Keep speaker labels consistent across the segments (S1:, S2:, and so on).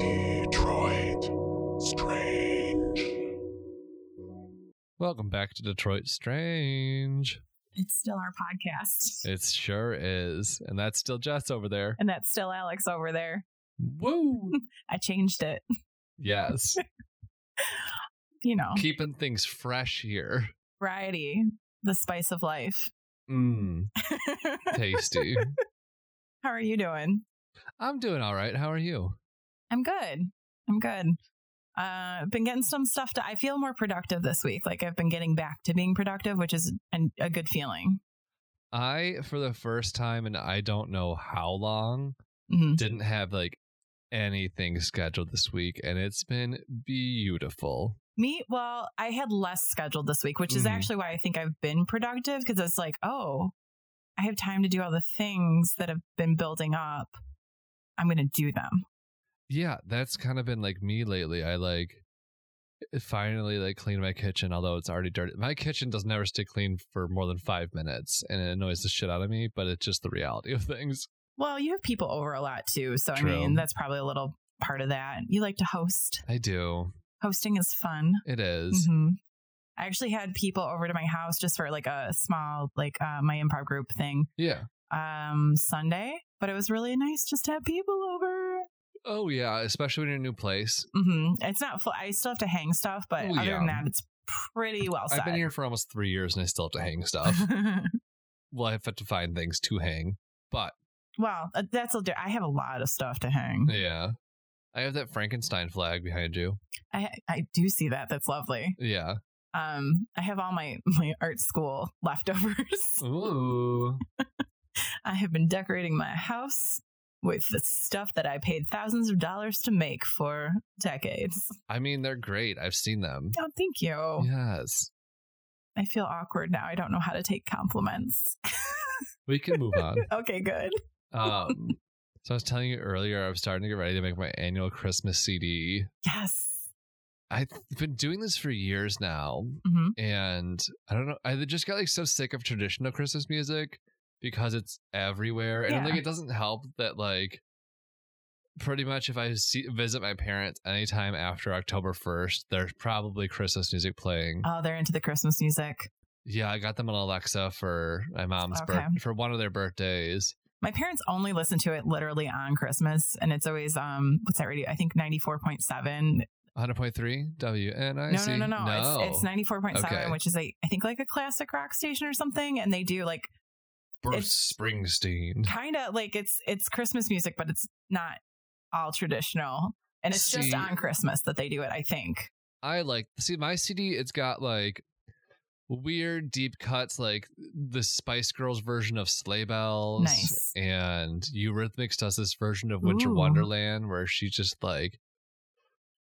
S1: Detroit. Strange.
S2: Welcome back to Detroit Strange.
S3: It's still our podcast.
S2: It sure is. And that's still Jess over there.
S3: And that's still Alex over there.
S2: Woo!
S3: I changed it,
S2: Yes.
S3: you know,
S2: Keeping things fresh here.
S3: variety, the spice of life.
S2: Mmm. Tasty.
S3: How are you doing?
S2: I'm doing all right. How are you?
S3: I'm good. I'm good. Uh, been getting some stuff to, I feel more productive this week. Like I've been getting back to being productive, which is an, a good feeling.
S2: I, for the first time in I don't know how long,
S3: Mhm.
S2: didn't have like anything scheduled this week. And it's been beautiful.
S3: Me, well, I had less scheduled this week, which is
S2: Mhm.
S3: actually why I think I've been productive because it's like, oh, I have time to do all the things that have been building up. I'm going to do them.
S2: yeah that's kind of been like me lately i like eh, finally like clean my kitchen although it's already dirty my kitchen does never stay clean for more than five minutes and it annoys the shit out of me but it's just the reality of things
S3: Well, you have people over a lot too. So,
S2: True.
S3: I mean, that's probably a little part of that. You like to host,
S2: i do
S3: hosting is fun.
S2: it is.
S3: hmm I actually had people over to my house just for like a small, like uh, my improv group thing
S2: yeah
S3: um, Sunday, but it was really nice just to have people over.
S2: oh yeah especially when you're in a new place
S3: hmm It's not, full, I still have to hang stuff, but
S2: Oh,
S3: other
S2: yeah.
S3: than that, it's pretty well set.
S2: i've been here for almost three years and i still have to hang stuff well i have to find things to hang but
S3: well, uh, that's, a di- I have a lot of stuff to hang.
S2: yeah i have that frankenstein flag behind you
S3: I, I do see that. That's lovely.
S2: yeah
S3: Um, I have all my, my art school leftovers.
S2: ooh
S3: I have been decorating my house with the stuff that I paid thousands of dollars to make for decades.
S2: i mean they're great i've seen them
S3: Oh, thank you.
S2: yes
S3: I feel awkward now. I don't know how to take compliments.
S2: we can move on
S3: okay, good.
S2: Um, so I was telling you earlier, I was starting to get ready to make my annual Christmas CD.
S3: Yes.
S2: I've been doing this for years now,
S3: hmm
S2: and I don't know. I just got like so sick of traditional Christmas music because it's everywhere, and
S3: Yeah.
S2: like it doesn't help that like pretty much if I see, visit my parents anytime after October first, there's probably Christmas music playing.
S3: Oh, they're into the Christmas music.
S2: yeah, I got them an Alexa for my mom's
S3: Okay.
S2: birth for one of their birthdays.
S3: My parents only listen to it literally on Christmas, and it's always um, what's that radio? I think ninety four point seven.
S2: 100.3
S3: No,
S2: WNIC.
S3: no, no, no, It's, it's ninety four point seven,
S2: Okay.
S3: which is a I think like a classic rock station or something, and they do like
S2: Bruce Springsteen.
S3: kind of like it's it's Christmas music, but it's not all traditional. And it's
S2: See-
S3: just on Christmas that they do it, I think.
S2: I like see my CD. It's got like weird deep cuts, like the Spice Girls version of Sleigh Bells,
S3: Nice.
S2: and Eurythmics does this version of Winter
S3: Ooh.
S2: Wonderland where she's just like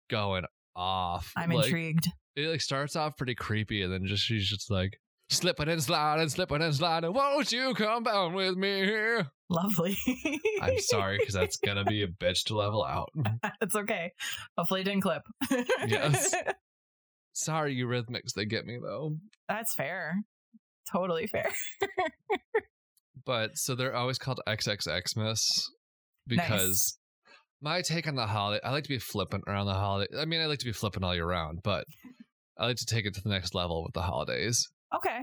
S2: going off.
S3: I'm
S2: Like,
S3: intrigued.
S2: It like starts off pretty creepy, and then just she's just like slipping and sliding, slipping and sliding. Won't you come down with me?
S3: Lovely.
S2: I'm sorry because that's gonna be a bitch to level out.
S3: it's okay. Hopefully it didn't clip.
S2: Yes. Sorry, Eurythmics. They get me though.
S3: That's fair. Totally fair.
S2: but so they're always called XXXmas because my take on the holiday, I like to be flippant around the holiday. I mean, I like to be flippant all year round, but I like to take it to the next level with the holidays.
S3: Okay.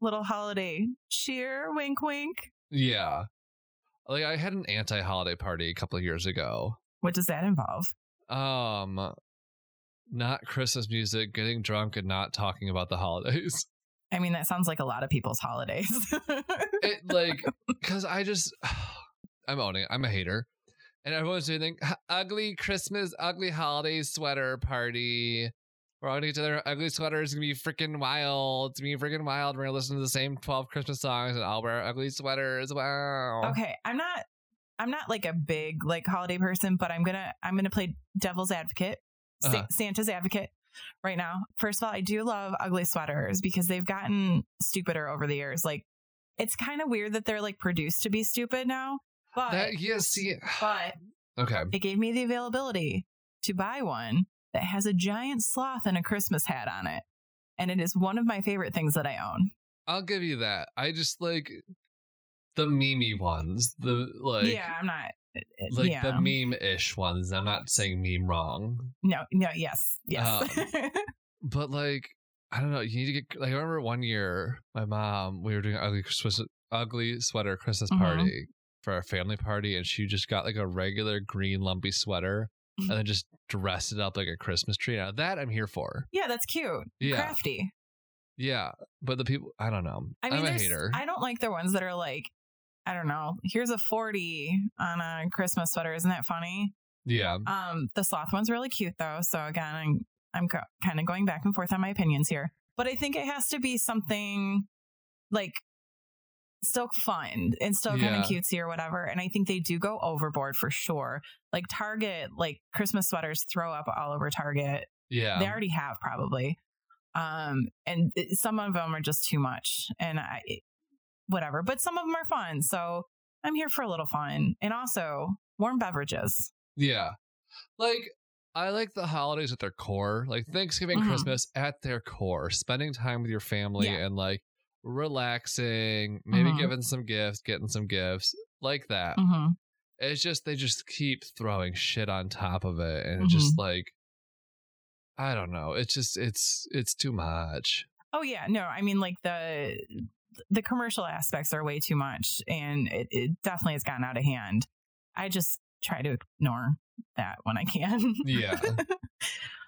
S3: Little holiday cheer, wink wink.
S2: Yeah. Like I had an anti-holiday party a couple of years ago.
S3: What does that involve?
S2: Um not Christmas music, getting drunk and not talking about the holidays.
S3: I mean, that sounds like a lot of people's holidays.
S2: it like because I just I'm owning it. I'm a hater, and everyone's doing "H- ugly Christmas, ugly holiday sweater party. We're all gonna get together. Ugly sweaters It's gonna be freaking wild. It's gonna be freaking wild. We're gonna listen to the same twelve Christmas songs, and I'll wear ugly sweaters. Wow.
S3: okay i'm not i'm not like a big like holiday person but i'm gonna i'm gonna play devil's advocate Sa-
S2: Uh-huh.
S3: santa's advocate right now first of all i do love ugly sweaters because they've gotten stupider over the years like it's kind of weird that they're like produced to be stupid now but
S2: That yeah. See.
S3: but
S2: Okay.
S3: it gave me the availability to buy one that has a giant sloth and a Christmas hat on it. And it is one of my favorite things that I own.
S2: I'll give you that. I just like the memey ones. The like
S3: yeah, I'm not. it- it-
S2: like
S3: yeah.
S2: the meme ish ones. I'm not saying meme wrong.
S3: no, no, yes, yes.
S2: Uh, But like I don't know, you need to get like I remember one year my mom, we were doing ugly Christmas ugly sweater Christmas
S3: Mhm.
S2: party for our family party and she just got like a regular green lumpy sweater and then just dressed it up like a Christmas tree. Now that I'm here for.
S3: yeah, that's cute.
S2: Yeah.
S3: Crafty.
S2: Yeah. But the people I don't know.
S3: I mean,
S2: I'm a
S3: there's-
S2: hater.
S3: I don't like the ones that are like, I don't know. Here's a forty on a Christmas sweater. Isn't that funny?
S2: yeah.
S3: Um, the sloth one's really cute though. So again, I'm, I'm co- kind of going back and forth on my opinions here, but I think it has to be something like still fun and still kind
S2: Yeah.
S3: of cutesy or whatever. And I think they do go overboard for sure. Like Target, like Christmas sweaters throw up all over Target.
S2: Yeah.
S3: They already have probably. Um, and it- some of them are just too much and I, it- whatever, but some of them are fun. So I'm here for a little fun and also warm beverages.
S2: Yeah. Like, I like the holidays at their core, like Thanksgiving,
S3: Mhm.
S2: Christmas at their core, spending time with your family
S3: Yeah.
S2: and like relaxing, maybe
S3: Mhm.
S2: giving some gifts, getting some gifts, like that.
S3: Mm-hmm.
S2: It's just, they just keep throwing shit on top of it.
S3: Mm-hmm.
S2: And it's just like, I don't know. It's just, it's, it's too much.
S3: Oh yeah, no, I mean like the the commercial aspects are way too much, and it, it definitely has gotten out of hand. I just try to ignore that when I can,
S2: Yeah.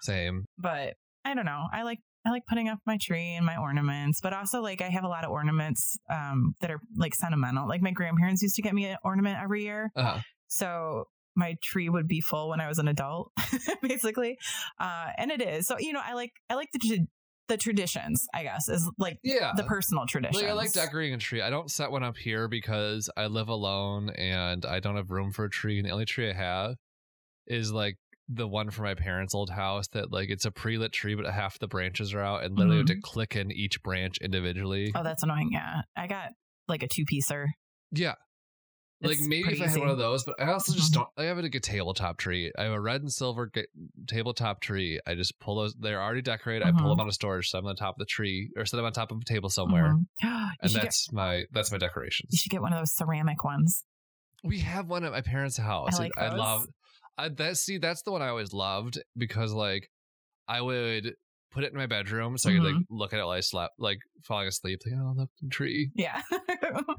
S2: Same.
S3: but I don't know. I like I like putting up my tree and my ornaments, but also like I have a lot of ornaments um, that are like sentimental. Like my grandparents used to get me an ornament every year,
S2: Uh,
S3: so my tree would be full when I was an adult, basically, uh, and it is. So you know, I like I like the tra- the traditions. I guess is like
S2: yeah.
S3: the personal traditions.
S2: Like, I like decorating a tree. I don't set one up here because I live alone and I don't have room for a tree. And the only tree I have is like the one for my parents' old house that like it's a pre-lit tree, but half the branches are out, and literally have to click in each branch individually.
S3: Mm-hmm. Oh, that's annoying. Yeah, I got like a two piecer.
S2: yeah. Like
S3: It's
S2: maybe if
S3: pretty
S2: I had
S3: easy.
S2: one of those, but I also just
S3: Mhm.
S2: don't. I have like a tabletop tree. I have a red and silver ga- tabletop tree. I just pull those. They're already decorated. I pull
S3: Mhm.
S2: them out of storage, set them on top of the tree, or set them on top of a table somewhere,
S3: Mhm. you,
S2: and
S3: should get,
S2: that's my that's my decorations.
S3: you should get one of those ceramic ones.
S2: We have one at my parents' house.
S3: I like
S2: I
S3: those.
S2: love I, that. See, that's the one I always loved because, like, I would put it in my bedroom so I could like
S3: Mm-hmm.
S2: look at it while I slept, like falling asleep. Like, oh, look, the tree.
S3: Yeah.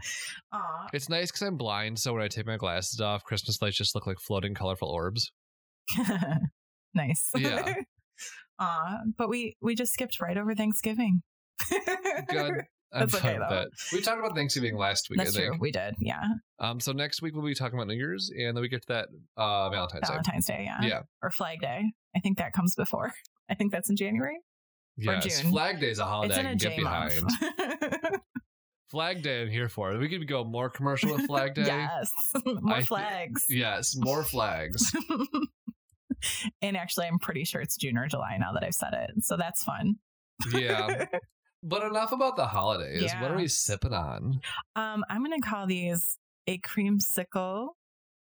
S3: Aw.
S2: It's nice because I'm blind, so when I take my glasses off, Christmas lights just look like floating colorful orbs.
S3: nice.
S2: Yeah.
S3: Aw, but we we just skipped right over Thanksgiving.
S2: Good.
S3: That's okay,
S2: fine with
S3: though.
S2: it. We talked about Thanksgiving last week,
S3: That's
S2: I
S3: true.
S2: think.
S3: We did. Yeah.
S2: Um, so next week we'll be talking about New Year's, and then we get to that uh, Valentine's Day.
S3: Valentine's Day. Yeah.
S2: Yeah,
S3: Or Flag Day. I think that comes before. I think that's in January. Or
S2: yes.
S3: June.
S2: Flag Day's a holiday
S3: it's
S2: I
S3: in a
S2: can get
S3: J
S2: behind.
S3: month.
S2: Flag Day, I'm here for. We could go more commercial with Flag Day.
S3: yes. More
S2: I thi-
S3: flags.
S2: Yes, more flags.
S3: and actually, I'm pretty sure it's June or July now that I've said it. So that's fun.
S2: Yeah. But enough about the holidays. What are
S3: Yeah.
S2: we sipping on?
S3: Um, I'm going to call these a creamsicle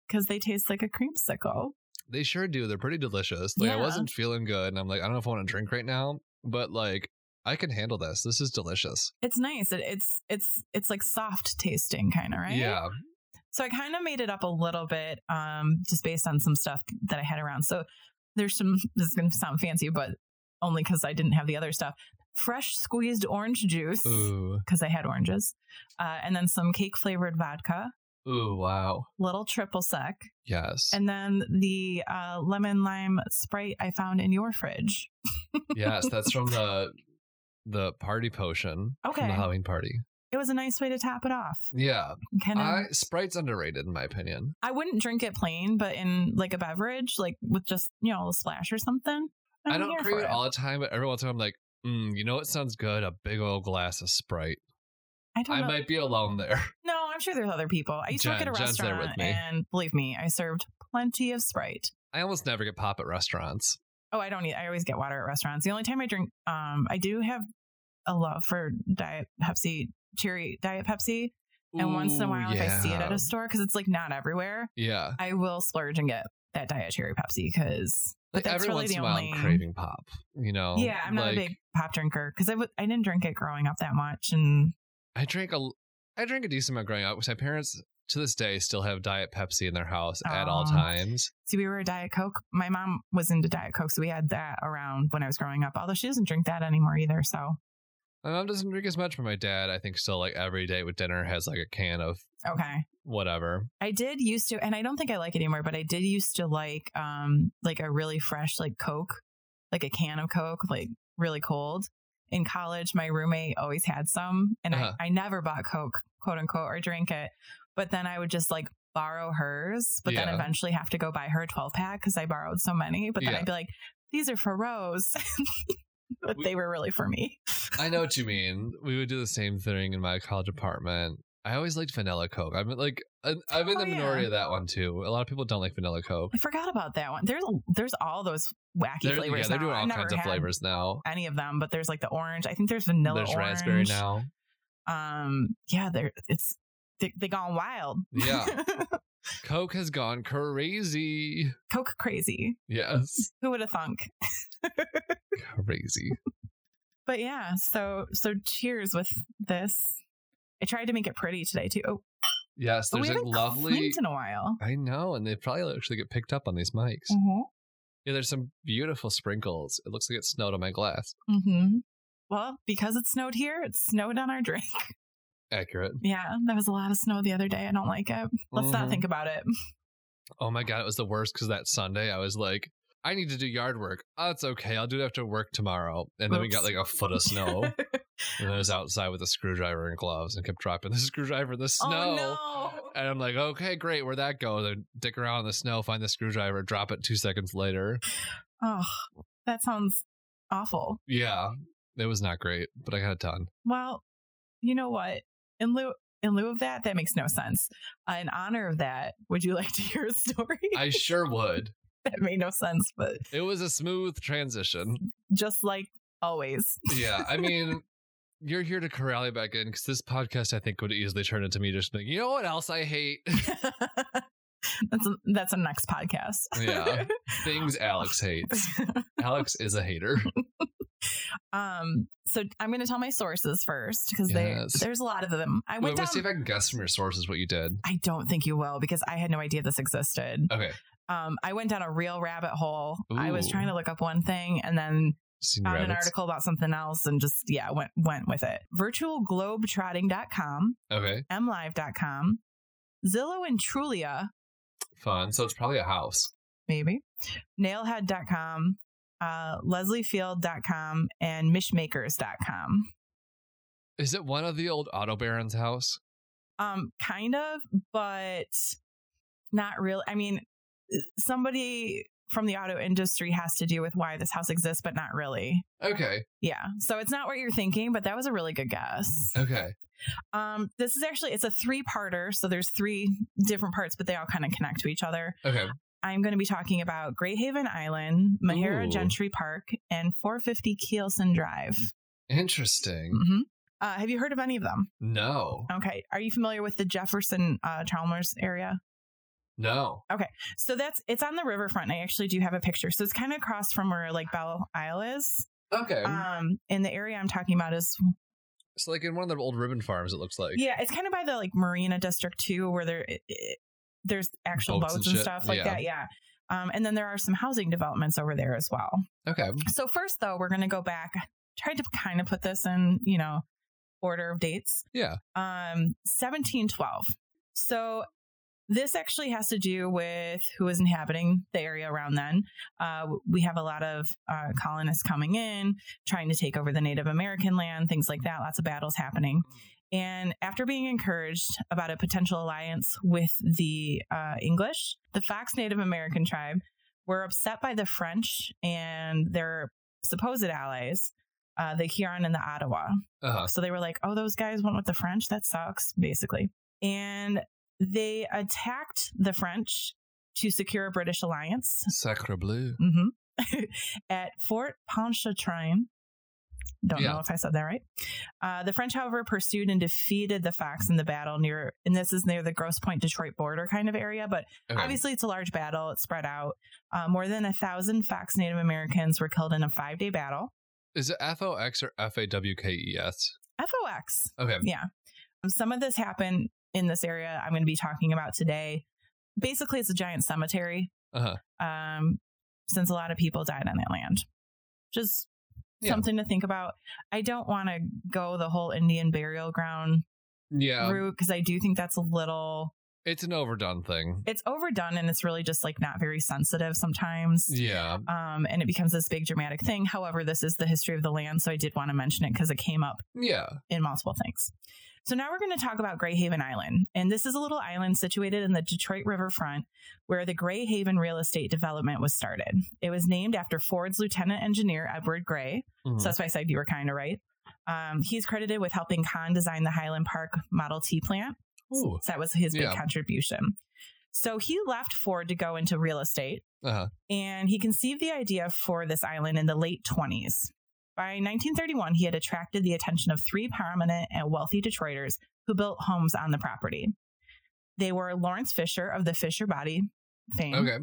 S3: because they taste like a creamsicle.
S2: They sure do. They're pretty delicious. Like I
S3: Yeah.
S2: wasn't feeling good and I'm like, I don't know if I want to drink right now, but like I can handle this. This is delicious.
S3: It's nice. It, it's it's it's like soft tasting kind of right.
S2: Yeah.
S3: So I kind of made it up a little bit, um, just based on some stuff that I had around. So there's some. This is going to sound fancy, but only because I didn't have the other stuff. Fresh squeezed orange juice
S2: Ooh.
S3: because I had oranges, uh, and then some cake flavored vodka,
S2: Ooh, wow.
S3: little triple sec,
S2: Yes.
S3: and then the uh, lemon lime sprite I found in your fridge.
S2: yes, that's from the the party potion. From
S3: Okay.
S2: the Halloween party.
S3: It was a nice way to top it off.
S2: Yeah.
S3: Kind of.
S2: I
S3: I,
S2: Sprite's underrated in my opinion.
S3: wouldn't drink it plain, but in like a beverage, like with just you know a splash or something.
S2: I'm
S3: I'm
S2: I do
S3: here
S2: not crave
S3: for
S2: it all the time, but every once in a while I'm like, mm, you know what sounds good? A big old glass of Sprite.
S3: I don't
S2: I
S3: know.
S2: might be alone there.
S3: No, I'm sure there's other people. I used to work at
S2: Jen-
S3: a
S2: Jen's there
S3: restaurant,
S2: with me.
S3: and believe me, I served plenty of Sprite.
S2: I almost never get pop at restaurants.
S3: Oh, I don't need. I always get water at restaurants. The only time I drink, um, I do have a love for Diet Pepsi, cherry Diet Pepsi, and once in a
S2: Ooh,
S3: while, if I see it at
S2: yeah.
S3: a store, because it's like not everywhere,
S2: yeah,
S3: I will splurge and get that Diet Cherry Pepsi because
S2: Like
S3: that's
S2: every
S3: really
S2: once
S3: the
S2: in a while,
S3: only-
S2: I'm craving pop. You know?
S3: yeah, I'm not
S2: like,
S3: a big pop drinker because I w- I didn't drink it growing up that much, and
S2: I drank a I drank a decent amount growing up, which my parents to this day still have Diet Pepsi in their house at all
S3: Oh.
S2: times.
S3: see, we were a Diet Coke. My mom was into Diet Coke, so we had that around when I was growing up. Although she doesn't drink that anymore either. So
S2: My mom doesn't drink as much, but my dad, I think, still like every day with dinner has like a can of
S3: okay,
S2: whatever.
S3: I did used to, and I don't think I like it anymore, but I did used to like um like a really fresh like Coke, like a can of Coke, like really cold. In college, my roommate always had some, and
S2: Uh-huh.
S3: I, I never bought Coke, quote unquote, or drink it. But then I would just like borrow hers, but
S2: Yeah.
S3: then eventually have to go buy her a 12 pack because I borrowed so many. But then
S2: Yeah.
S3: I'd be like, these are for Rose. but they were really for me.
S2: I know what you mean. We would do the same thing in my college apartment. I always liked vanilla Coke. I'm like, I'm I'm in
S3: Oh,
S2: the minority
S3: yeah.
S2: of that one too. A lot of people don't like vanilla Coke.
S3: I forgot about that one. There's there's all those wacky
S2: They're,
S3: flavors.
S2: yeah, they're
S3: now.
S2: doing all
S3: I've never
S2: kinds of
S3: had
S2: flavors now.
S3: any of them, but there's like the orange. I think there's vanilla.
S2: There's
S3: orange.
S2: raspberry now.
S3: Um, yeah, there it's they, they gone wild.
S2: Yeah. Coke has gone crazy.
S3: Coke crazy.
S2: Yes,
S3: Who would have thunk?
S2: crazy.
S3: But yeah, so so cheers with this. I tried to make it pretty today too. Oh,
S2: Yes,
S3: we
S2: there's like
S3: haven't
S2: lovely.
S3: clinked in a while.
S2: I know, and they probably actually get picked up on these mics.
S3: Mm-hmm.
S2: Yeah, there's some beautiful sprinkles. It looks like it snowed on my glass.
S3: mm-hmm. Well, because it snowed here, it snowed on our drink.
S2: Accurate.
S3: Yeah, there was a lot of snow the other day. I don't like it. Let's not
S2: Mhm.
S3: think about it.
S2: Oh my god, it was the worst because that Sunday I was like, I need to do yard work. Oh, it's okay. I'll do it after work tomorrow. And then we got
S3: Oops.
S2: like a foot of snow. and I was outside with a screwdriver and gloves and kept dropping the screwdriver in the snow.
S3: Oh no.
S2: And I'm like, okay, great, where'd that go? Then dick around in the snow, find the screwdriver, drop it two seconds later.
S3: Oh, that sounds awful.
S2: Yeah. It was not great, but I got it done.
S3: Well, you know what? In lieu in lieu of that, that makes no sense. Uh, in honor of that, would you like to hear a story?
S2: I sure would.
S3: that made no sense, but
S2: It was a smooth transition.
S3: just like always.
S2: yeah, I mean, you're here to corral you back in because this podcast, I think, would easily turn into me just being, you know what else I hate?
S3: that's a, that's a next podcast.
S2: Yeah, things Alex hates. Alex is a hater.
S3: um. So I'm going to tell my sources first because
S2: Yes.
S3: there's a lot of them. I
S2: Wait,
S3: went
S2: let me
S3: down.
S2: see if I can guess from your sources what you did.
S3: I don't think you will because I had no idea this existed.
S2: Okay,
S3: Um, I went down a real rabbit hole. I was
S2: Oh. Ooh.
S3: trying to look up one thing and then
S2: senior
S3: found an
S2: rabbits.
S3: article about something else and just yeah went went with it virtualglobetrotting.com
S2: Okay,
S3: mlive.com zillow and trulia
S2: fun. So it's probably a house.
S3: maybe nailhead.com uh, lesliefield.com and mishmakers.com
S2: Is it one of the old auto barons' house?
S3: um kind of but not really i mean somebody from the auto industry has to do with why this house exists but not really
S2: Okay,
S3: yeah so it's not what you're thinking but that was a really good guess
S2: okay,
S3: Um, this is actually it's a three-parter, so there's three different parts, but they all kind of connect to each other.
S2: okay.
S3: I'm going to be talking about Great Haven Island, Mahara
S2: Ooh.
S3: Gentry Park, and 450 Keelson Drive.
S2: Interesting.
S3: hmm Uh, have you heard of any of them?
S2: No,
S3: Okay, are you familiar with the Jefferson uh, Chalmers area?
S2: no.
S3: So that's it's on the riverfront. and I actually do have a picture. So it's kind of across from where like Belle Isle is.
S2: Okay,
S3: Um, and the area I'm talking about is
S2: it's like in one of the old ribbon farms. It looks like.
S3: yeah it's kind of by the like marina district too where there i- i- there's actual
S2: Boats and
S3: boats, and
S2: shit,
S3: stuff like
S2: yeah.
S3: that yeah um, and then there are some housing developments over there as well
S2: Okay.
S3: so first though we're going to go back tried to kind of put this in you know order of dates
S2: Yeah.
S3: um 1712 so this actually has to do with who was inhabiting the area around then. Uh, we have a lot of uh, colonists coming in, trying to take over the Native American land, things like that. Lots of battles happening. And after being encouraged about a potential alliance with the uh, English, the Fox Native American tribe were upset by the French and their supposed allies, uh, the Huron and the Ottawa.
S2: Uh huh.
S3: So they were like, oh, those guys went with the French. That sucks, basically. And they attacked the French to secure a British alliance
S2: Sacre bleu.
S3: hmm at Fort Pontchartrain Don't
S2: Yeah.
S3: know if I said that right. Uh, the French, however, pursued and defeated the Fox in the battle near, and this is near the Gross Point, Detroit border kind of area. But
S2: Okay.
S3: obviously, it's a large battle. It's spread out. Uh, more than a thousand Fox Native Americans were killed in a five day battle.
S2: Is it F O X or F A W K E S?
S3: FOX.
S2: Okay.
S3: Yeah. Um, Some of this happened in this area I'm going to be talking about today. Basically, it's a giant cemetery.
S2: Uh-huh.
S3: Um, since a lot of people died on that land. Just
S2: Yeah.
S3: something to think about. I don't want to go the whole Indian burial ground
S2: Yeah.
S3: route because I do think that's a little,
S2: It's an overdone thing.
S3: it's overdone and it's really just like not very sensitive sometimes.
S2: Yeah.
S3: Um, and it becomes this big dramatic thing. However, this is the history of the land. So I did want to mention it because it came up
S2: Yeah.
S3: in multiple things. So now we're going to talk about Grey Haven Island. And this is a little island situated in the Detroit riverfront where the Grey Haven real estate development was started. It was named after Ford's lieutenant engineer, Edward Gray.
S2: Mhm.
S3: So that's why I said you were kind of right. Um, he's credited with helping Kahn design the Highland Park Model T plant.
S2: Ooh.
S3: So that was his big
S2: Yeah.
S3: contribution. So he left Ford to go into real estate
S2: Uh-huh.
S3: and he conceived the idea for this island in the late 20s. By 1931, he had attracted the attention of three prominent and wealthy Detroiters who built homes on the property. They were Lawrence Fisher of the Fisher Body fame,
S2: Okay.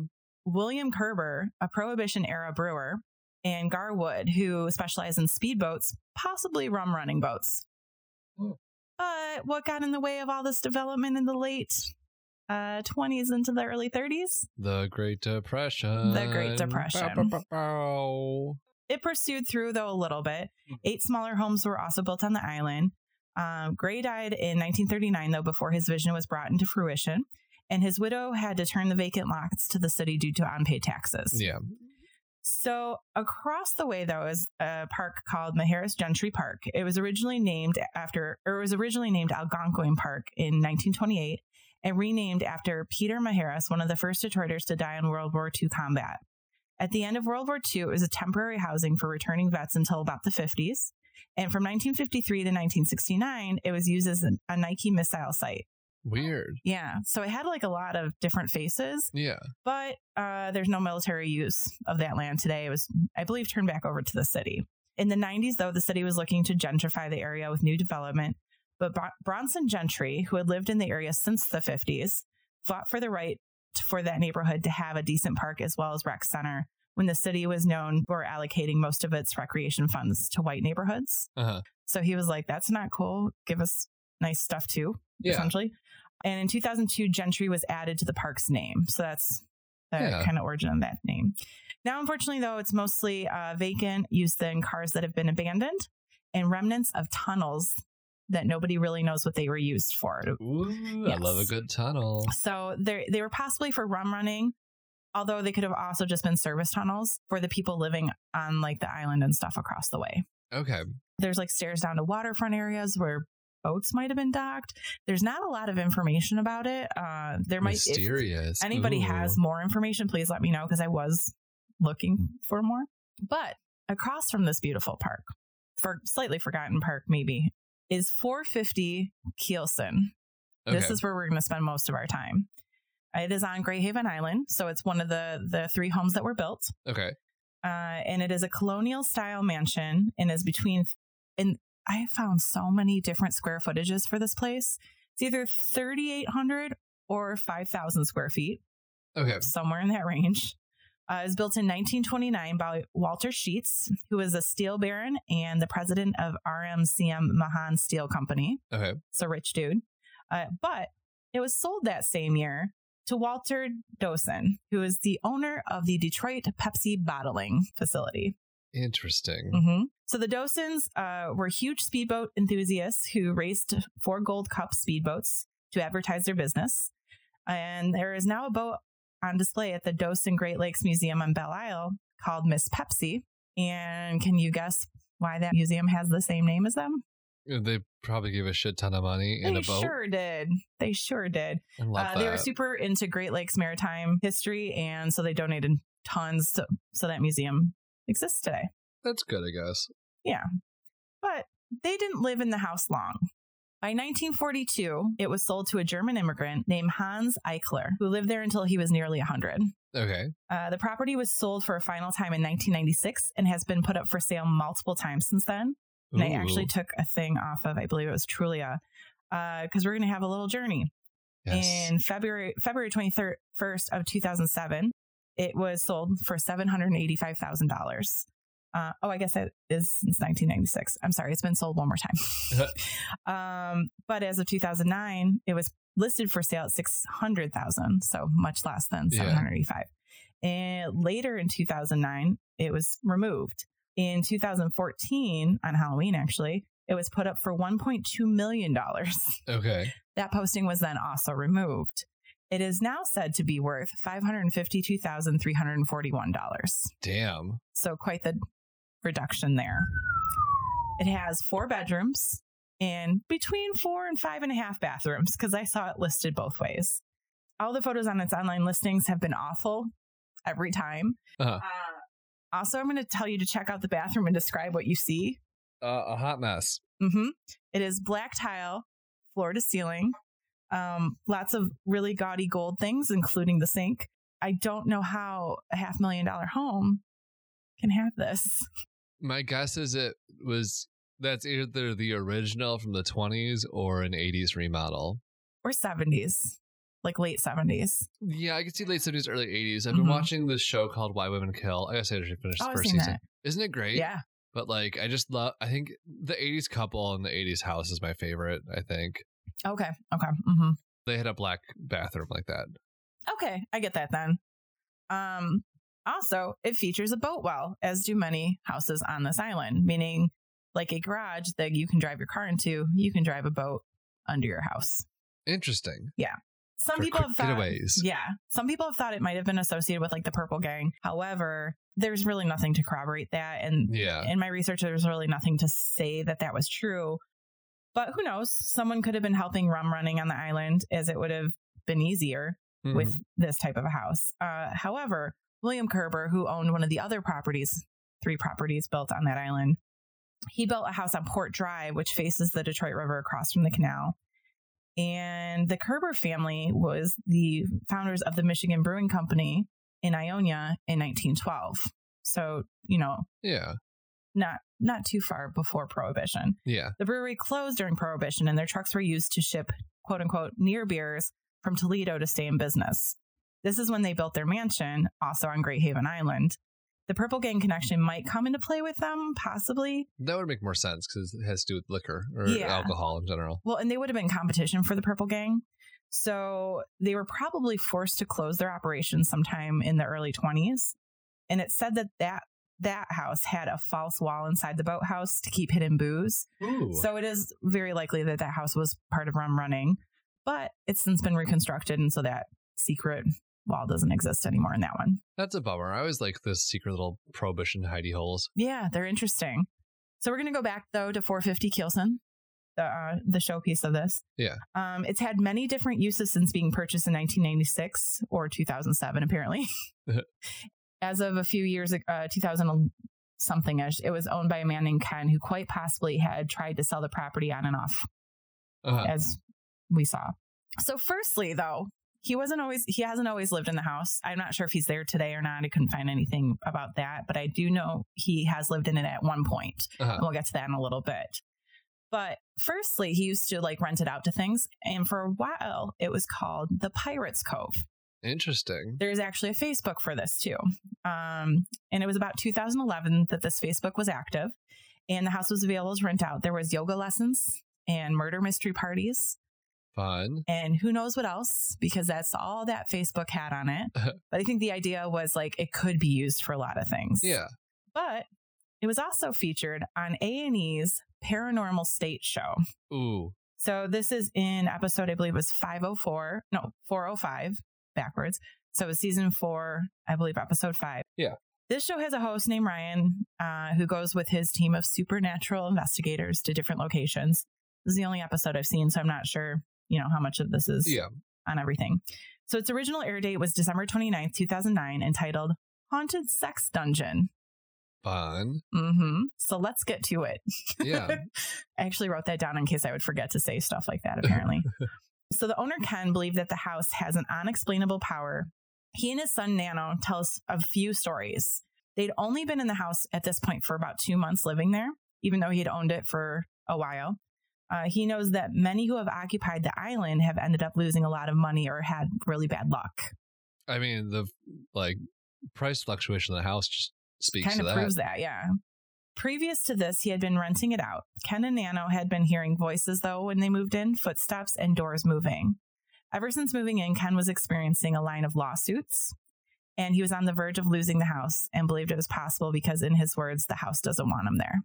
S3: William Kerber, a Prohibition era brewer, and Gar Wood, who specialized in speedboats, possibly rum running boats.
S2: Oh.
S3: But what got in the way of all this development in the late uh, 20s into the early 30s?
S2: The Great Depression.
S3: Depression.
S2: Bow, bow, bow,
S3: it pursued through though a little bit. Eight smaller homes were also built on the island. Um, Gray died in 1939 though before his vision was brought into fruition, and his widow had to turn the vacant lots to the city due to unpaid taxes.
S2: Yeah.
S3: So across the way though is a park called Maharis Gentry Park. It was originally named after, or it was originally named Algonquin Park in 1928 and renamed after Peter Maharis, one of the first Detroiters to die in World War II combat. At the end of World War II, it was a temporary housing for returning vets until about the 50s. And from 1953 to 1969, it was used as an- a Nike missile site.
S2: Weird.
S3: Yeah. So it had like a lot of different faces
S2: Yeah.
S3: but uh, there's no military use of that land today. It was, I believe, turned back over to the city. In the 90s, though, the city was looking to gentrify the area with new development. But Bro- Bronson Gentry, who had lived in the area since the 50s, fought for the right t- for that neighborhood to have a decent park as well as rec center when the city was known for allocating most of its recreation funds to white neighborhoods.
S2: Uh-huh.
S3: So he was like, that's not cool. Give us nice stuff too
S2: Yeah.
S3: essentially. And in 2002, Gentry was added to the park's name. So that's the
S2: Yeah.
S3: kind of origin of that name. Now, unfortunately, though, it's mostly uh, vacant, used then cars that have been abandoned, and remnants of tunnels that nobody really knows what they were used for.
S2: Ooh, I love a
S3: Yes.
S2: good tunnel.
S3: So they they were possibly for rum running, although they could have also just been service tunnels for the people living on like the island and stuff across the way.
S2: Okay.
S3: There's like stairs down to waterfront areas where boats might have been docked. There's not a lot of information about it. Uh, there might if
S2: Mysterious.
S3: anybody
S2: Ooh.
S3: has more information, please let me know because I was looking for more. But across from this beautiful park, for slightly forgotten park maybe, is 450 Kielsen.
S2: Okay.
S3: This is where we're going to spend most of our time. It is on Grey Haven Island, so it's one of the the three homes that were built
S2: okay.
S3: uh, and it is a colonial style mansion and is between and i found so many different square footages for this place it's either 3800 or 5000 square feet
S2: Okay.
S3: somewhere in that range uh, it was built in 1929 by walter sheets who was a steel baron and the president of rmcm mahan steel company
S2: Okay.
S3: it's a rich dude uh, but it was sold that same year to Walter Dosen, who is the owner of the Detroit Pepsi bottling facility.
S2: Interesting.
S3: hmm So the Dosens uh, were huge speedboat enthusiasts who raced four Gold Cup speedboats to advertise their business. And there is now a boat on display at the Dosen Great Lakes Museum on Belle Isle called Miss Pepsi. And can you guess why that museum has the same name as them?
S2: They probably gave a shit ton of money in
S3: they
S2: a boat.
S3: sure did. They sure did.
S2: I love
S3: Uh, they were
S2: that.
S3: super into Great Lakes maritime history, and so they donated tons to, so that museum exists today.
S2: That's good, I guess.
S3: But they didn't live in the house long. By 1942, it was sold to a German immigrant named Hans Eichler, who lived there until he was nearly 100.
S2: Okay.
S3: Uh, the property was sold for a final time in 1996 and has been put up for sale multiple times since then. And I actually
S2: Ooh.
S3: took a thing off of, I believe it was Trulia, because we're going to have a little journey
S2: Yes.
S3: in February February 21st of 2007. It was sold for $785,000. Uh, oh, I guess that is since 1996. I'm sorry, it's been sold one more
S2: Uh-huh.
S3: time. um, but as of 2009, it was listed for sale at 600,000, so much less than
S2: Yeah.
S3: 785. And later in 2009, it was removed. In 2014, on Halloween actually, it was put up for 1.2 million dollars.
S2: okay.
S3: That posting was then also removed. It is now said to be worth $552,341.
S2: Damn.
S3: So quite the reduction there. It has four bedrooms and between four and five and a half bathrooms because I saw it listed both ways. All the photos on its online listings have been awful every time.
S2: Uh-huh.
S3: Uh, also, I'm going to tell you to check out the bathroom and describe what you see.
S2: Uh, a hot mess.
S3: Mm-hmm. It is black tile, floor to ceiling. Um, lots of really gaudy gold things, including the sink. I don't know how a half million dollar home can have this.
S2: My guess is it was that's either the original from the 20s or an 80s remodel.
S3: Or 70s, like late 70s.
S2: Yeah, I could see late 70s, early 80s. I've been
S3: Mhm.
S2: watching this show called Why Women Kill. I guess I should finish the
S3: Oh, I've
S2: first
S3: seen
S2: season.
S3: that.
S2: is Isn't it great?
S3: Yeah.
S2: But like, I just love. I think the '80s couple and the '80s house is my favorite. I think
S3: Okay. Okay. Mm-hmm.
S2: they had a black bathroom like that.
S3: Okay. I get that then. Um, also, it features a boat well, as do many houses on this island, meaning like a garage that you can drive your car into, you can drive a boat under your house.
S2: Interesting.
S3: some
S2: for
S3: people
S2: quick
S3: have thought,
S2: getaways.
S3: yeah, some people have thought it might have been associated with like the Purple Gang. However, there's really nothing to corroborate that, and
S2: Yeah.
S3: in my research, there's really nothing to say that that was true. But who knows? Someone could have been helping rum running on the island, as it would have been easier
S2: Mhm.
S3: with this type of a house. Uh, however, William Kerber, who owned one of the other properties, three properties built on that island, he built a house on Port Drive, which faces the Detroit River across from the canal. And the Kerber family was the founders of the Michigan Brewing Company in Ionia in 1912. So, you know,
S2: yeah,
S3: not not too far before Prohibition.
S2: yeah.
S3: The brewery closed during Prohibition, and their trucks were used to ship "quote unquote" near beers from Toledo to stay in business. This is when they built their mansion, also on Great Haven Island. The Purple Gang connection might come into play with them, possibly.
S2: That would make more sense because it has to do with liquor or
S3: Yeah.
S2: alcohol in general.
S3: Well, and they would have been competition for the Purple Gang. So they were probably forced to close their operations sometime in the early 20s. And it's said that that, that house had a false wall inside the boathouse to keep hidden booze.
S2: Ooh.
S3: So it is very likely that that house was part of Rum Running, but it's since been reconstructed, and so that secret wall doesn't exist anymore in that one.
S2: That's a bummer. I always like this secret little prohibition hidey holes.
S3: Yeah, they're interesting. So we're gonna go back though to 450 Kielsen, the uh, the showpiece of this.
S2: Yeah.
S3: um, it's had many different uses since being purchased in 1996 or 2007, apparently. As of a few years, ag- uh, 2000 something ish, it was owned by a man named Ken who quite possibly had tried to sell the property on and off
S2: Uh-huh.
S3: as we saw. So, firstly, though, he wasn't always he hasn't always lived in the house. I'm not sure if he's there today or not. I couldn't find anything about that, but I do know he has lived in it at one point.
S2: Uh-huh.
S3: And we'll get to that in a little bit. But firstly, he used to like rent it out to things, and for a while it was called the Pirates Cove.
S2: Interesting.
S3: There's actually a Facebook for this too. Um, and it was about 2011 that this Facebook was active and the house was available to rent out. There was yoga lessons and murder mystery parties
S2: Fun.
S3: and who knows what else because that's all that Facebook had on it. but I think the idea was like it could be used for a lot of things.
S2: Yeah.
S3: But it was also featured on A&E's Paranormal State show.
S2: Ooh.
S3: So this is in episode I believe it was 504, no, 405 backwards. So it's season 4, I believe episode 5.
S2: Yeah.
S3: This show has a host named Ryan uh, who goes with his team of supernatural investigators to different locations. This is the only episode I've seen, so I'm not sure, you know, how much of this is
S2: Yeah.
S3: on everything. So its original air date was December 29th, 2009, entitled Haunted Sex Dungeon.
S2: Fun.
S3: hmm So let's get to it.
S2: Yeah.
S3: I actually wrote that down in case I would forget to say stuff like that, apparently. so the owner, Ken, believed that the house has an unexplainable power. He and his son, Nano, tell us a few stories. They'd only been in the house at this point for about two months living there. even though he'd owned it for a while. Uh, he knows that many who have occupied the island have ended up losing a lot of money or had really bad luck.
S2: I mean, the like price fluctuation of the house just speaks
S3: Kind
S2: to
S3: of
S2: that.
S3: proves that, yeah. Previous to this, he had been renting it out. Ken and Nano had been hearing voices, though, when they moved in, footsteps and doors moving. Ever since moving in, Ken was experiencing a line of lawsuits, and he was on the verge of losing the house and believed it was possible because, in his words, the house doesn't want him there.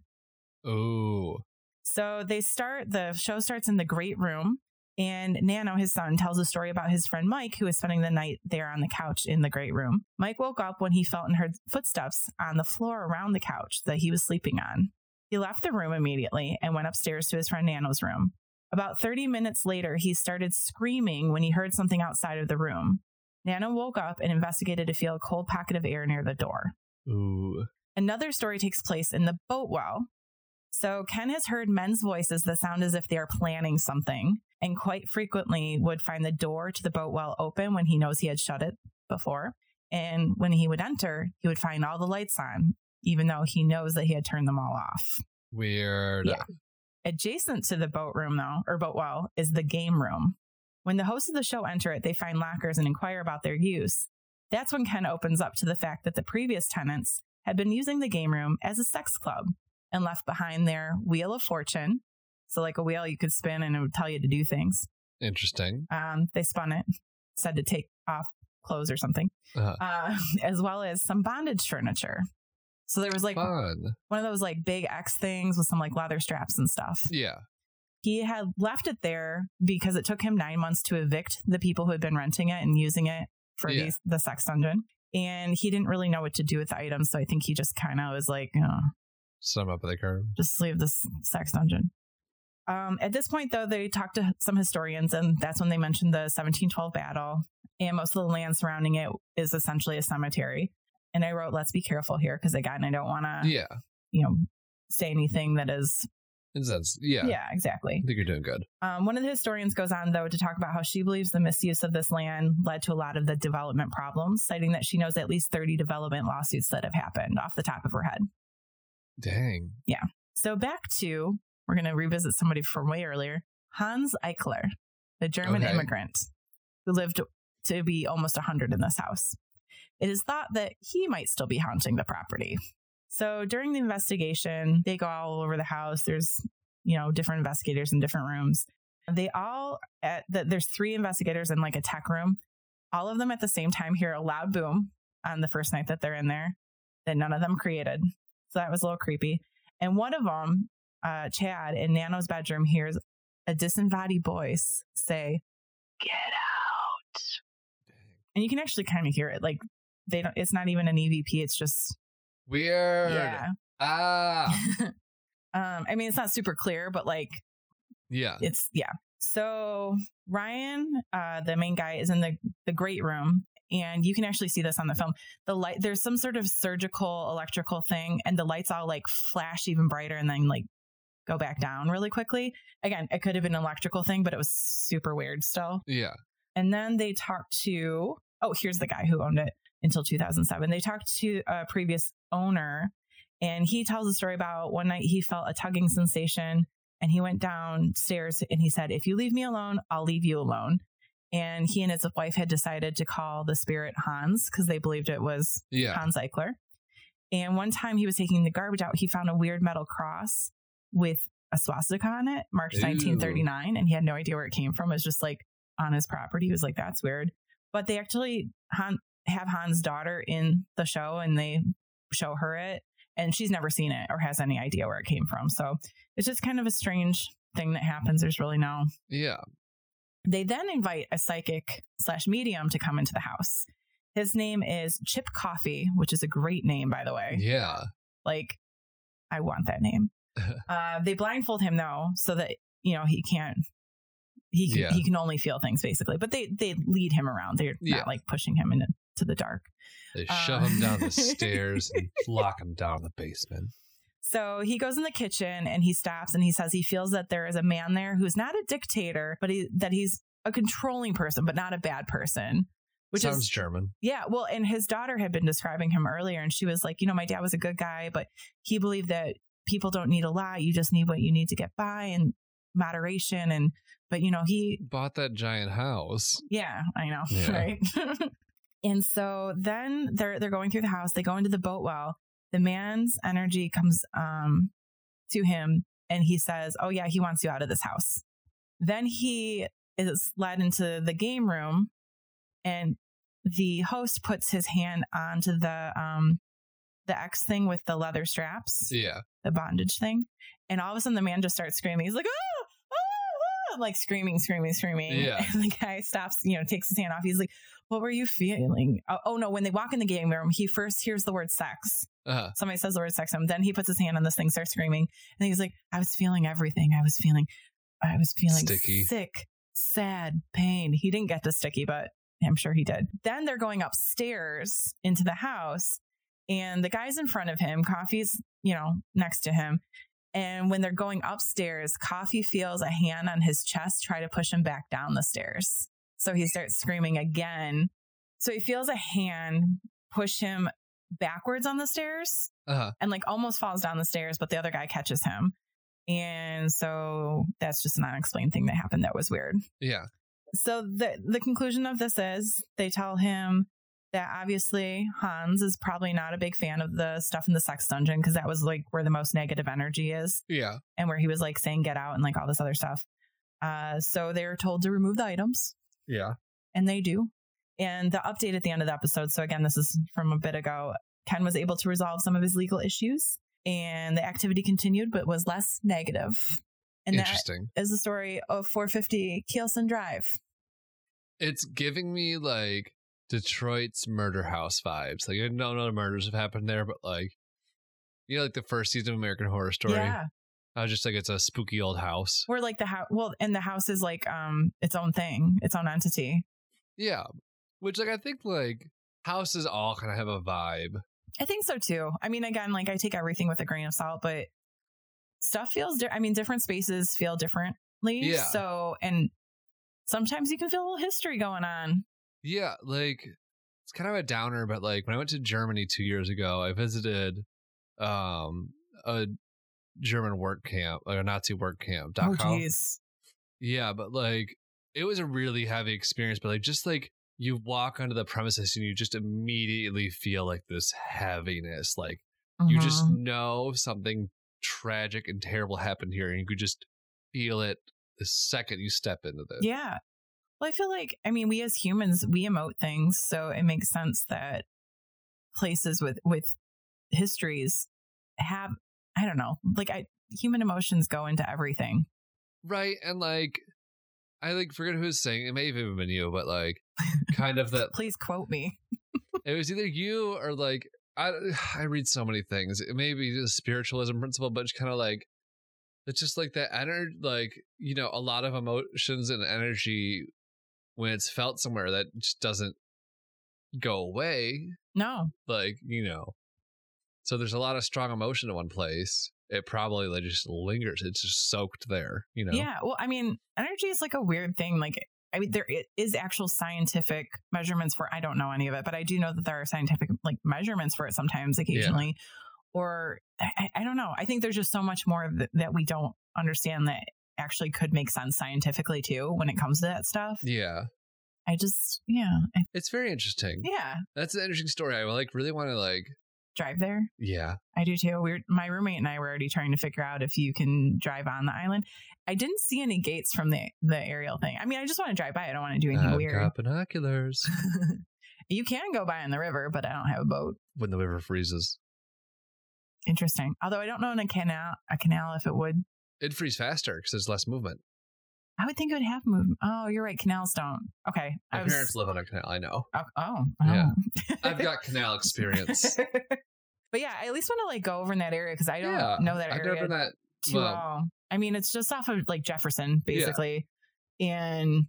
S2: Ooh,
S3: So they start, the show starts in the great room. And Nano, his son, tells a story about his friend Mike, who was spending the night there on the couch in the great room. Mike woke up when he felt and heard footsteps on the floor around the couch that he was sleeping on. He left the room immediately and went upstairs to his friend Nano's room. About 30 minutes later, he started screaming when he heard something outside of the room. Nano woke up and investigated to feel a cold pocket of air near the door.
S2: ooh.
S3: Another story takes place in the boat well. So Ken has heard men's voices that sound as if they are planning something, and quite frequently would find the door to the boat well open when he knows he had shut it before. And when he would enter, he would find all the lights on, even though he knows that he had turned them all off.
S2: Weird.
S3: Yeah. Adjacent to the boat room, though, or boat well, is the game room. When the hosts of the show enter it, they find lockers and inquire about their use. That's when Ken opens up to the fact that the previous tenants had been using the game room as a sex club and left behind their wheel of fortune. So, like a wheel you could spin and it would tell you to do things.
S2: Interesting.
S3: Um, they spun it, said to take off clothes or something,
S2: Uh-huh.
S3: uh, as well as some bondage furniture. So, there was like
S2: Fun.
S3: one of those like big X things with some like leather straps and stuff
S2: Yeah.
S3: he had left it there because it took him nine months to evict the people who had been renting it and using it for
S2: Yeah.
S3: these, the sex dungeon. And he didn't really know what to do with the items. So I think he just kind of was like, oh,
S2: Some up of the curve.
S3: just leave this sex dungeon. Um, at this point, though, they talked to some historians, and that's when they mentioned the 1712 battle. And most of the land surrounding it is essentially a cemetery. And I wrote, let's be careful here because again, I don't want to,
S2: yeah.
S3: you know, say anything that is.
S2: In a sense. Yeah.
S3: yeah exactly.
S2: I think you're doing good.
S3: Um, one of the historians goes on, though, to talk about how she believes the misuse of this land led to a lot of the development problems, citing that she knows at least 30 development lawsuits that have happened off the top of her head.
S2: Dang.
S3: So, back to, we're going to revisit somebody from way earlier Hans Eichler, the German
S2: Okay.
S3: immigrant who lived to be almost 100 in this house. It is thought that he might still be haunting the property. So, during the investigation, they go all over the house. There's you know, different investigators in different rooms. They all at the, there's three investigators in like a tech room. All of them at the same time hear a loud boom on the first night that they're in there that none of them created. So that was a little creepy. And one of them, uh, Chad, in Nano's bedroom hears a disembodied voice say, "Get out!" And you can actually kind of hear it. Like they don't. It's not even an EVP. It's just
S2: Weird.
S3: yeah.
S2: Ah.
S3: um, I mean, it's not super clear, but like
S2: Yeah.
S3: it's yeah. So Ryan, uh, the main guy, is in the the great room, and you can actually see this on the film. The light there's some sort of surgical electrical thing, and the lights all like flash even brighter, and then like go back down really quickly. Again, it could have been an electrical thing, but it was super weird still.
S2: Yeah.
S3: And then they talked to oh, here's the guy who owned it until 2007. They talked to a previous owner, and he tells a story about one night he felt a tugging sensation, and he went downstairs and he said, "If you leave me alone, I'll leave you alone." And he and his wife had decided to call the spirit Hans because they believed it was
S2: Yeah.
S3: Hans Eichler. And one time he was taking the garbage out, he found a weird metal cross with a swastika on it, marked
S2: Ooh.
S3: 1939, and he had no idea where it came from. It was just like on his property. He was like, that's weird. But they actually Han- have Hans' daughter in the show and they show her it, and she's never seen it or has any idea where it came from. So it's just kind of a strange thing that happens. There's really no
S2: Yeah.
S3: they then invite a psychic slash medium to come into the house. His name is Chip Coffee, which is a great name, by the way.
S2: Yeah.
S3: Like, I want that name. uh, they blindfold him though, so that you know he can't. He can,
S2: Yeah.
S3: he can only feel things basically, but they they lead him around. They're
S2: Yeah.
S3: not like pushing him into to the dark.
S2: They
S3: Uh,
S2: shove him down the stairs and lock him down in the basement.
S3: So he goes in the kitchen and he stops and he says he feels that there is a man there who's not a dictator, but he that he's a controlling person, but not a bad person. Which
S2: Sounds
S3: is
S2: German.
S3: Yeah, well, and his daughter had been describing him earlier, and she was like, you know, my dad was a good guy, but he believed that people don't need a lot. You just need what you need to get by and moderation. And, but you know, he
S2: Bought that giant house.
S3: yeah, I know,
S2: Yeah.
S3: right? and so then they're they're going through the house. They go into the boat well. The man's energy comes um to him, and he says, "Oh yeah, he wants you out of this house." Then he is led into the game room, and the host puts his hand onto the um the X thing with the leather straps
S2: Yeah.
S3: the bondage thing. And all of a sudden, the man just starts screaming. He's like, oh, oh, like screaming, screaming, screaming.
S2: Yeah.
S3: And the guy stops, you know, takes his hand off. He's like, what were you feeling? Oh, oh, no. When they walk in the game room, he first hears the word sex.
S2: Uh-huh.
S3: Somebody says the word sex to him. Then he puts his hand on this thing, starts screaming. And he's like, I was feeling everything. I was feeling, I was feeling
S2: Sticky.
S3: sick, sad, pain. He didn't get to sticky, but I'm sure he did. Then they're going upstairs into the house, and the guy's in front of him. Coffee's, you know, next to him. And when they're going upstairs, Coffee feels a hand on his chest try to push him back down the stairs. So he starts screaming again. So he feels a hand push him backwards on the stairs
S2: Uh-huh.
S3: and like almost falls down the stairs, but the other guy catches him. And so that's just an unexplained thing that happened that was weird.
S2: Yeah.
S3: So the the conclusion of this is they tell him that obviously Hans is probably not a big fan of the stuff in the sex dungeon because that was like where the most negative energy is
S2: Yeah.
S3: and where he was like saying get out and like all this other stuff. Uh, so they're told to remove the items
S2: Yeah.
S3: and they do. And the update at the end of the episode. So again, this is from a bit ago. Ken was able to resolve some of his legal issues, and the activity continued, but was less negative. And that
S2: Interesting.
S3: is the story of 450 Kielsen Drive.
S2: It's giving me like Detroit's murder house vibes. Like I don't know the murders have happened there, but like you know, like the first season of American Horror Story.
S3: Yeah,
S2: I was just like it's a spooky old house.
S3: we're like the house. Well, and the house is like um its own thing, its own entity.
S2: Yeah. Which like I think like houses all kind of have a vibe.
S3: I think so too. I mean, again, like I take everything with a grain of salt, but stuff feels. Di- I mean, different spaces feel differently.
S2: Yeah.
S3: So, and sometimes you can feel a little history going on.
S2: Yeah, like it's kind of a downer, but like when I went to Germany two years ago, I visited um a German work camp, like a Nazi work camp,
S3: Oh,
S2: Dachau.
S3: jeez.
S2: Yeah, but like it was a really heavy experience, but like just like you walk onto the premises and you just immediately feel like this heaviness. Like you just uh,
S3: Mhm.
S2: know something tragic and terrible happened here and you could just feel it the second you step into this.
S3: yeah. Well, I feel like I mean, we as humans we emote things, so it makes sense that places with with histories have I don't know, like I human emotions go into everything.
S2: Right. And like I like forget who was saying it may have even been you, but like kind of that
S3: Please quote me.
S2: it was either you or like I I read so many things. It may be the spiritualism principle, but it's kind of like it's just like that energy, like you know, a lot of emotions and energy when it's felt somewhere that just doesn't go away.
S3: No,
S2: Like you know, so there's a lot of strong emotion in one place. It probably like just lingers. It's just soaked there. You know.
S3: yeah. Well, I mean, energy is like a weird thing. Like, I mean, there i- is actual scientific measurements for. I don't know any of it, but I do know that there are scientific like measurements for it sometimes, occasionally. Or I- I, I don't know. I think there's just so much more that, that we don't understand that actually could make sense scientifically too when it comes to that stuff.
S2: Yeah.
S3: I just, yeah, I,
S2: It's very interesting.
S3: yeah.
S2: That's an interesting story. I like really want to like.
S3: Drive there.
S2: Yeah.
S3: I do too. We're my roommate and I were already trying to figure out if you can drive on the island. I didn't see any gates from the the aerial thing. I mean, I just want to drive by. I don't want to do anything
S2: I've
S3: weird.
S2: uh, got binoculars.
S3: you can go by on the river, but I don't have a boat.
S2: when the river freezes.
S3: Interesting. Although I don't know in a canal, a canal if it would.
S2: It'd freeze faster because there's less movement.
S3: I would think it would have movement. Oh, you're right. Canals don't. Okay.
S2: My
S3: I was-
S2: parents live on a canal. I know.
S3: Oh, oh,
S2: Yeah.
S3: oh.
S2: I've got canal experience.
S3: but yeah, I at least want to like go over in that area because I don't
S2: Yeah,
S3: know that
S2: I've
S3: area.
S2: never been that.
S3: too
S2: Well-
S3: well. uh, I mean, it's just off of like Jefferson, basically. And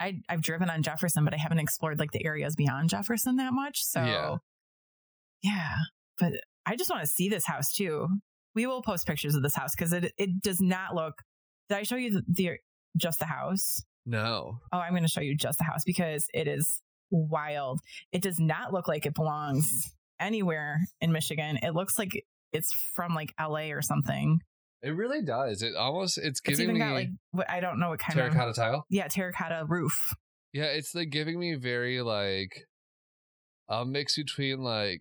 S3: I I've driven on Jefferson, but I haven't explored like the areas beyond Jefferson that much. So
S2: Yeah.
S3: yeah, but I just want to see this house too. We will post pictures of this house because it it does not look. Did I show you the, the just the house?
S2: No.
S3: Oh, I'm going to show you just the house because it is wild. It does not look like it belongs anywhere in Michigan. It looks like it's from like LA or something.
S2: It really does. It almost it's
S3: It's
S2: giving
S3: even
S2: me
S3: got like what I don't know what kind of
S2: terracotta tile.
S3: yeah terracotta roof.
S2: Yeah, it's like giving me very like a mix between like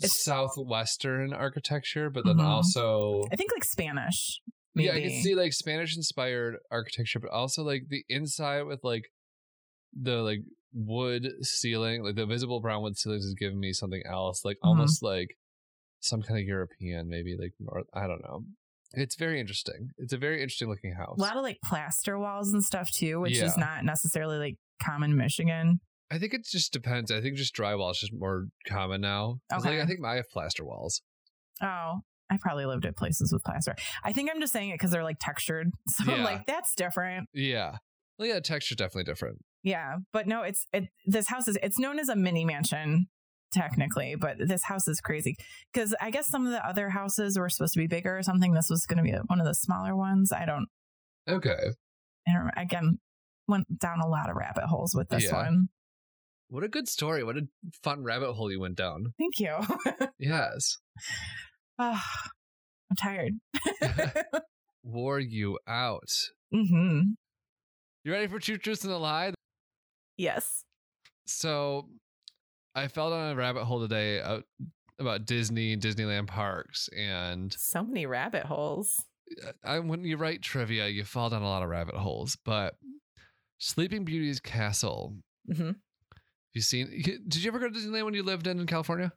S3: It's-
S2: southwestern architecture, but then
S3: Mhm.
S2: also
S3: I think like Spanish. Maybe.
S2: yeah, I can see like Spanish inspired architecture, but also like the inside with like the like wood ceiling, like the visible brown wood ceilings is giving me something else, like
S3: Mhm.
S2: almost like some kind of European, maybe like North. I don't know. It's very interesting. It's a very interesting looking house.
S3: a lot of like plaster walls and stuff too, which
S2: Yeah.
S3: is not necessarily like common in Michigan.
S2: I think it just depends. I think just drywall is just more common now. 'Cause,
S3: Okay.
S2: Like I think I have plaster walls.
S3: Oh, I probably lived at places with plaster. I think I'm just saying it because they're like textured, so
S2: Yeah.
S3: like that's different.
S2: Yeah. Well, yeah, the texture's definitely different.
S3: Yeah, but no, it's it. This house is it's known as a mini mansion technically, but this house is crazy because I guess some of the other houses were supposed to be bigger or something. This was going to be one of the smaller ones. I don't.
S2: Okay.
S3: I don't. Again, went down a lot of rabbit holes with this
S2: Yeah.
S3: one.
S2: What a good story. What a fun rabbit hole you went down.
S3: Thank you.
S2: Yes.
S3: Ah, I'm tired.
S2: wore you out.
S3: hmm
S2: You ready for two truths and a lie?
S3: Yes.
S2: So, I fell down a rabbit hole today uh, about Disney and Disneyland parks, and uh,
S4: So many rabbit holes.
S2: I, when you write trivia, you fall down a lot of rabbit holes. But Sleeping Beauty's castle.
S4: hmm
S2: Have you seen? Did you ever go to Disneyland when you lived in California?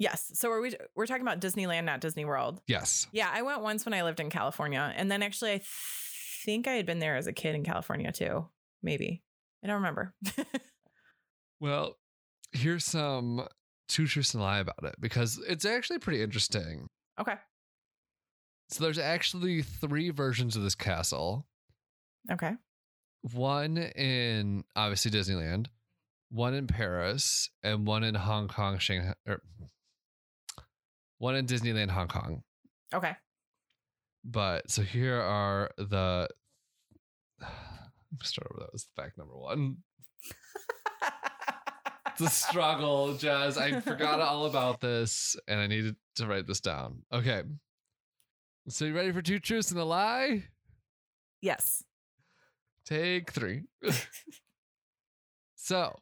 S4: Yes. So are we? We're talking about Disneyland, not Disney World.
S2: Yes.
S4: Yeah, I went once when I lived in California, and then actually, I th- think I had been there as a kid in California too. Maybe I don't remember.
S2: Well, here's some two truths and a lie about it because it's actually pretty interesting.
S4: okay.
S2: So there's actually three versions of this castle.
S4: Okay.
S2: one in obviously Disneyland, one in Paris, and one in Hong Kong, Shanghai, or one in Disneyland, Hong Kong.
S4: Okay.
S2: But so here are the. Start over. That was fact number one. The struggle, Jazz. I forgot all about this, and I needed to write this down. Okay. So you ready for two truths and a lie?
S4: Yes.
S2: Take three. so,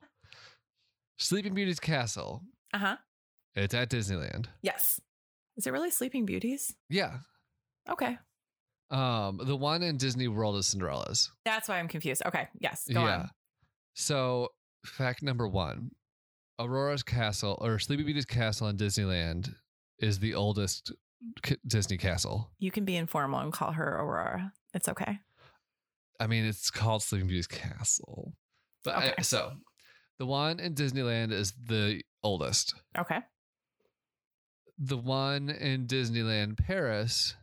S2: Sleeping Beauty's castle.
S4: Uh huh.
S2: It's at Disneyland.
S4: Yes. Is it really Sleeping Beauties?
S2: Yeah.
S4: Okay.
S2: Um, the one in Disney World is Cinderella's.
S4: That's why I'm confused. Okay. Yes. Go
S2: yeah.
S4: on.
S2: So, fact number one: Aurora's castle or Sleeping Beauty's castle in Disneyland is the oldest ca- Disney castle.
S4: You can be informal and call her Aurora. It's okay.
S2: I mean, it's called Sleeping Beauty's castle, but I-
S4: Okay.
S2: so the one in Disneyland is the oldest.
S4: Okay.
S2: the one in Disneyland Paris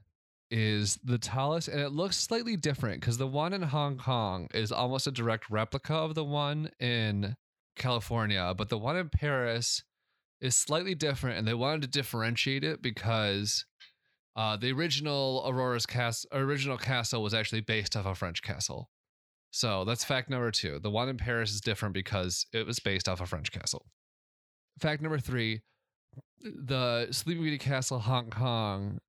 S2: is the tallest and it looks slightly different because the one in Hong Kong is almost a direct replica of the one in California, but the one in Paris is slightly different and they wanted to differentiate it because uh, the original Aurora's castle original castle was actually based off a French castle. So that's fact number two. The one in Paris is different because it was based off a French castle. Fact number three the Sleeping Beauty Castle Hong Kong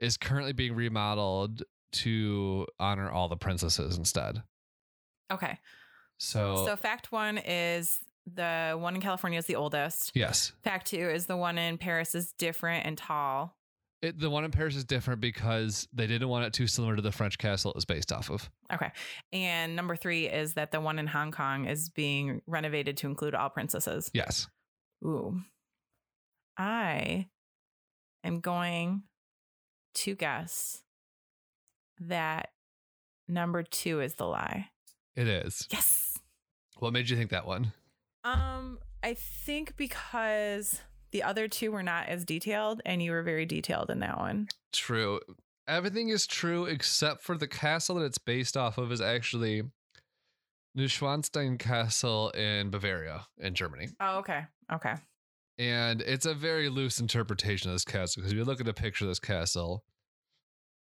S2: is currently being remodeled to honor all the princesses instead.
S4: Okay.
S2: So,
S4: So fact one is the one in California is the oldest.
S2: yes,
S4: Fact two is the one in Paris is different and tall.
S2: it, the one in Paris is different because they didn't want it too similar to the French castle it was based off of.
S4: Okay. And number three is that the one in Hong Kong is being renovated to include all princesses.
S2: Yes.
S4: Ooh. I am going to guess that number two is the lie.
S2: It is.
S4: Yes.
S2: What made you think that one?
S4: Um, I think because the other two were not as detailed and you were very detailed in that one.
S2: True. Everything is true except for the castle that it's based off of is actually Neuschwanstein Castle in Bavaria in Germany.
S4: Oh, okay. Okay.
S2: and it's a very loose interpretation of this castle because if you look at a picture of this castle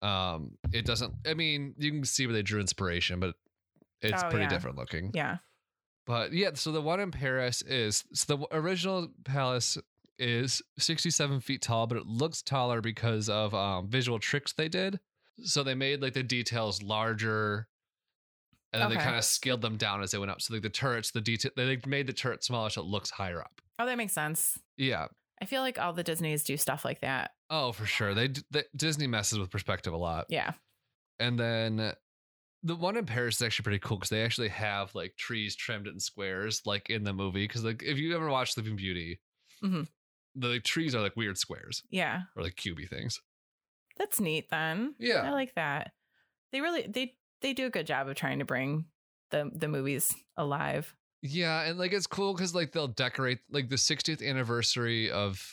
S2: um it doesn't i mean you can see where they drew inspiration but it's
S4: Oh,
S2: pretty
S4: yeah.
S2: different looking
S4: Yeah.
S2: but yeah so the one in paris is so the original palace is 67 feet tall, but it looks taller because of um, visual tricks they did. So they made like the details larger, and then they
S3: Okay.
S2: kind of scaled them down as they went up. So like the turrets, the detail they like, made the turret smaller so it looks higher up.
S3: Oh, that makes sense.
S2: Yeah.
S3: I feel like all the Disneys do stuff like that.
S2: Oh, for sure. They, d- they Disney messes with perspective a lot.
S3: Yeah.
S2: And then the one in Paris is actually pretty cool because they actually have like trees trimmed in squares, like in the movie. Because like if you ever watch Sleeping Beauty,
S3: Mhm.
S2: the like, trees are like weird squares
S3: Yeah.
S2: or like cubey things.
S3: That's neat then.
S2: Yeah.
S3: I like that. They really they they do a good job of trying to bring the the movies alive.
S2: Yeah, and like it's cool because like they'll decorate like the 60th anniversary of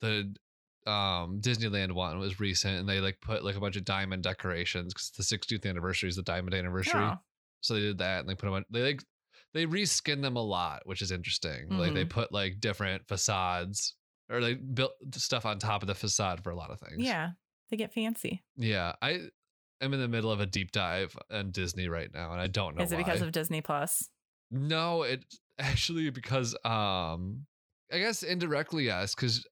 S2: the um Disneyland one was recent, and they like put like a bunch of diamond decorations because the 60th anniversary is the diamond anniversary.
S3: Oh,
S2: So they did that, and they put them. On, they like they reskin them a lot, which is interesting. Like
S3: Mm-hmm.
S2: they put like different facades or they built stuff on top of the facade for a lot of things.
S3: yeah. They get fancy.
S2: yeah. I am in the middle of a deep dive on Disney right now, and I don't know.
S3: Is it because
S2: why.
S3: of Disney Plus?
S2: No, it actually because um I guess indirectly yes, because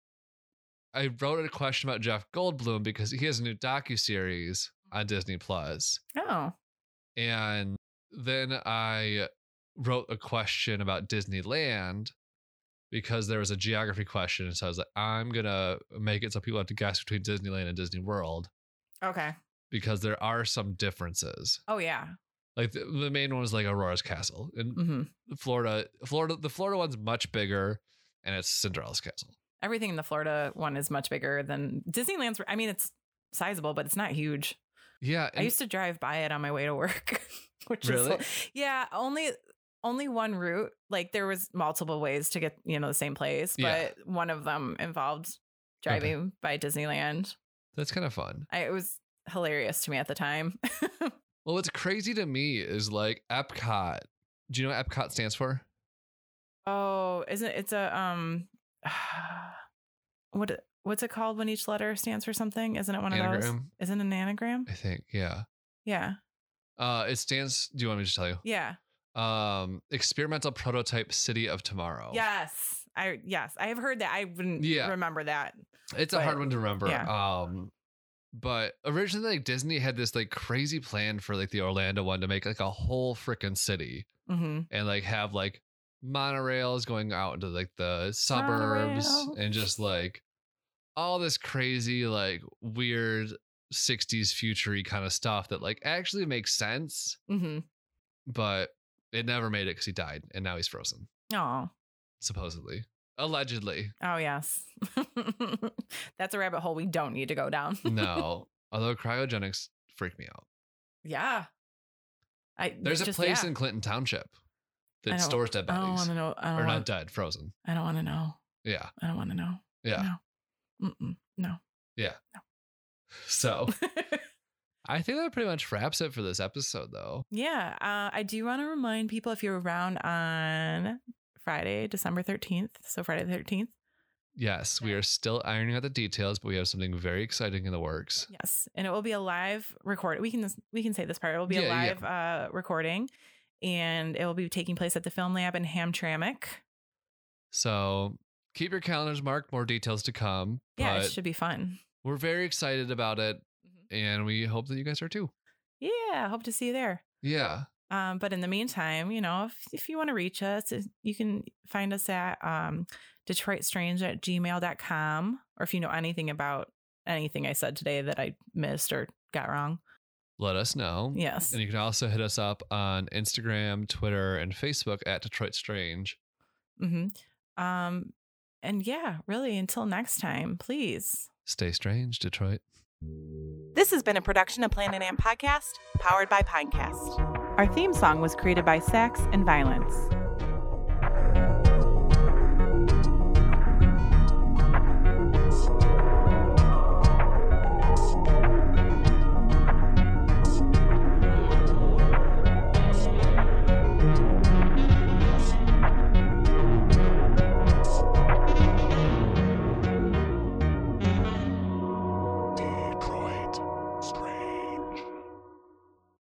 S2: I wrote a question about Jeff Goldblum because he has a new docu series on Disney Plus,
S3: Oh.
S2: and then I wrote a question about Disneyland because there was a geography question, and so I was like, I'm gonna make it so people have to guess between Disneyland and Disney World
S3: Okay.
S2: because there are some differences.
S3: Oh yeah.
S2: Like the, the main one was like Aurora's Castle, and
S3: hmm
S2: Florida, Florida, the Florida one's much bigger, and it's Cinderella's castle.
S3: Everything in the Florida one is much bigger than Disneyland's. I mean, it's sizable, but it's not huge.
S2: Yeah,
S3: I
S2: and-
S3: used to drive by it on my way to work, which
S2: Really?
S3: is yeah, only only one route. Like there was multiple ways to get, you know, the same place, but
S2: Yeah.
S3: one of them involved
S2: Okay.
S3: driving by Disneyland.
S2: that's kind of fun.
S3: I, it was hilarious to me at the time.
S2: Well, what's crazy to me is like Epcot. Do you know what Epcot stands for?
S3: oh, isn't it- it's a um what what's it called when each letter stands for something? Isn't it one of those?
S2: Anagram, Eh.
S3: Isn't it an anagram?
S2: I think. Yeah.
S3: Yeah.
S2: Uh, it stands. Do you want me to tell you?
S3: Yeah.
S2: Um, experimental prototype city of tomorrow.
S3: Yes. I yes, I have heard that. I wouldn't
S2: Oh. Yeah.
S3: remember that.
S2: It's a
S3: But-
S2: hard one to remember.
S3: yeah.
S2: Um but originally like Disney had this like crazy plan for like the Orlando one to make like a whole freaking city
S3: Mhm.
S2: and like have like monorails going out into like the suburbs
S3: Monorail.
S2: and just like all this crazy like weird 60s futury kind of stuff that like actually makes sense
S3: Mhm.
S2: but it never made it because he died and now he's frozen
S3: Oh.
S2: supposedly allegedly
S3: Oh yes. That's a rabbit hole we don't need to go down.
S2: no although cryogenics freak me out
S3: yeah. I
S2: there's a
S3: just-
S2: place
S3: yeah.
S2: in clinton township
S3: I
S2: that
S3: don't-
S2: stores dead
S3: I don't want
S2: bodies
S3: to know. I
S2: or
S3: don't
S2: not
S3: want,
S2: dead frozen
S3: I don't want to know.
S2: yeah
S3: I don't want to know.
S2: yeah
S3: No. Mm-mm. No.
S2: so i think that pretty much wraps it for this episode though
S3: yeah. Uh, I do want to remind people if you're around on Friday, December 13th. So Friday the 13th.
S2: Yes, we are still ironing out the details, but we have something very exciting in the works.
S3: Yes, and it will be a live record. We can we can say this part. It will be a
S2: Yeah, yeah.
S3: live uh, recording, and it will be taking place at the Film Lab in Hamtramck.
S2: So keep your calendars marked, more details to come.
S3: Yeah,
S2: but
S3: it Mm-hmm. should be fun.
S2: we're very excited about it, and we hope that you guys are too.
S3: Yeah, hope to see you there.
S2: Yeah.
S3: Um, but in the meantime, you know, if, if you want to reach us, if- you can find us at um, DetroitStrange at gmail.com. Or if you know anything about anything I said today that I missed or got wrong.
S2: Let us know.
S3: Yes.
S2: And you can also hit us up on Instagram, Twitter, and Facebook at Detroit Strange.
S3: hmm Um, and yeah, really, until next time, please.
S2: Stay strange, Detroit.
S5: This has been a production of Planet Amp Podcast, powered by Pinecast. Our theme song was created by Sax and Violence.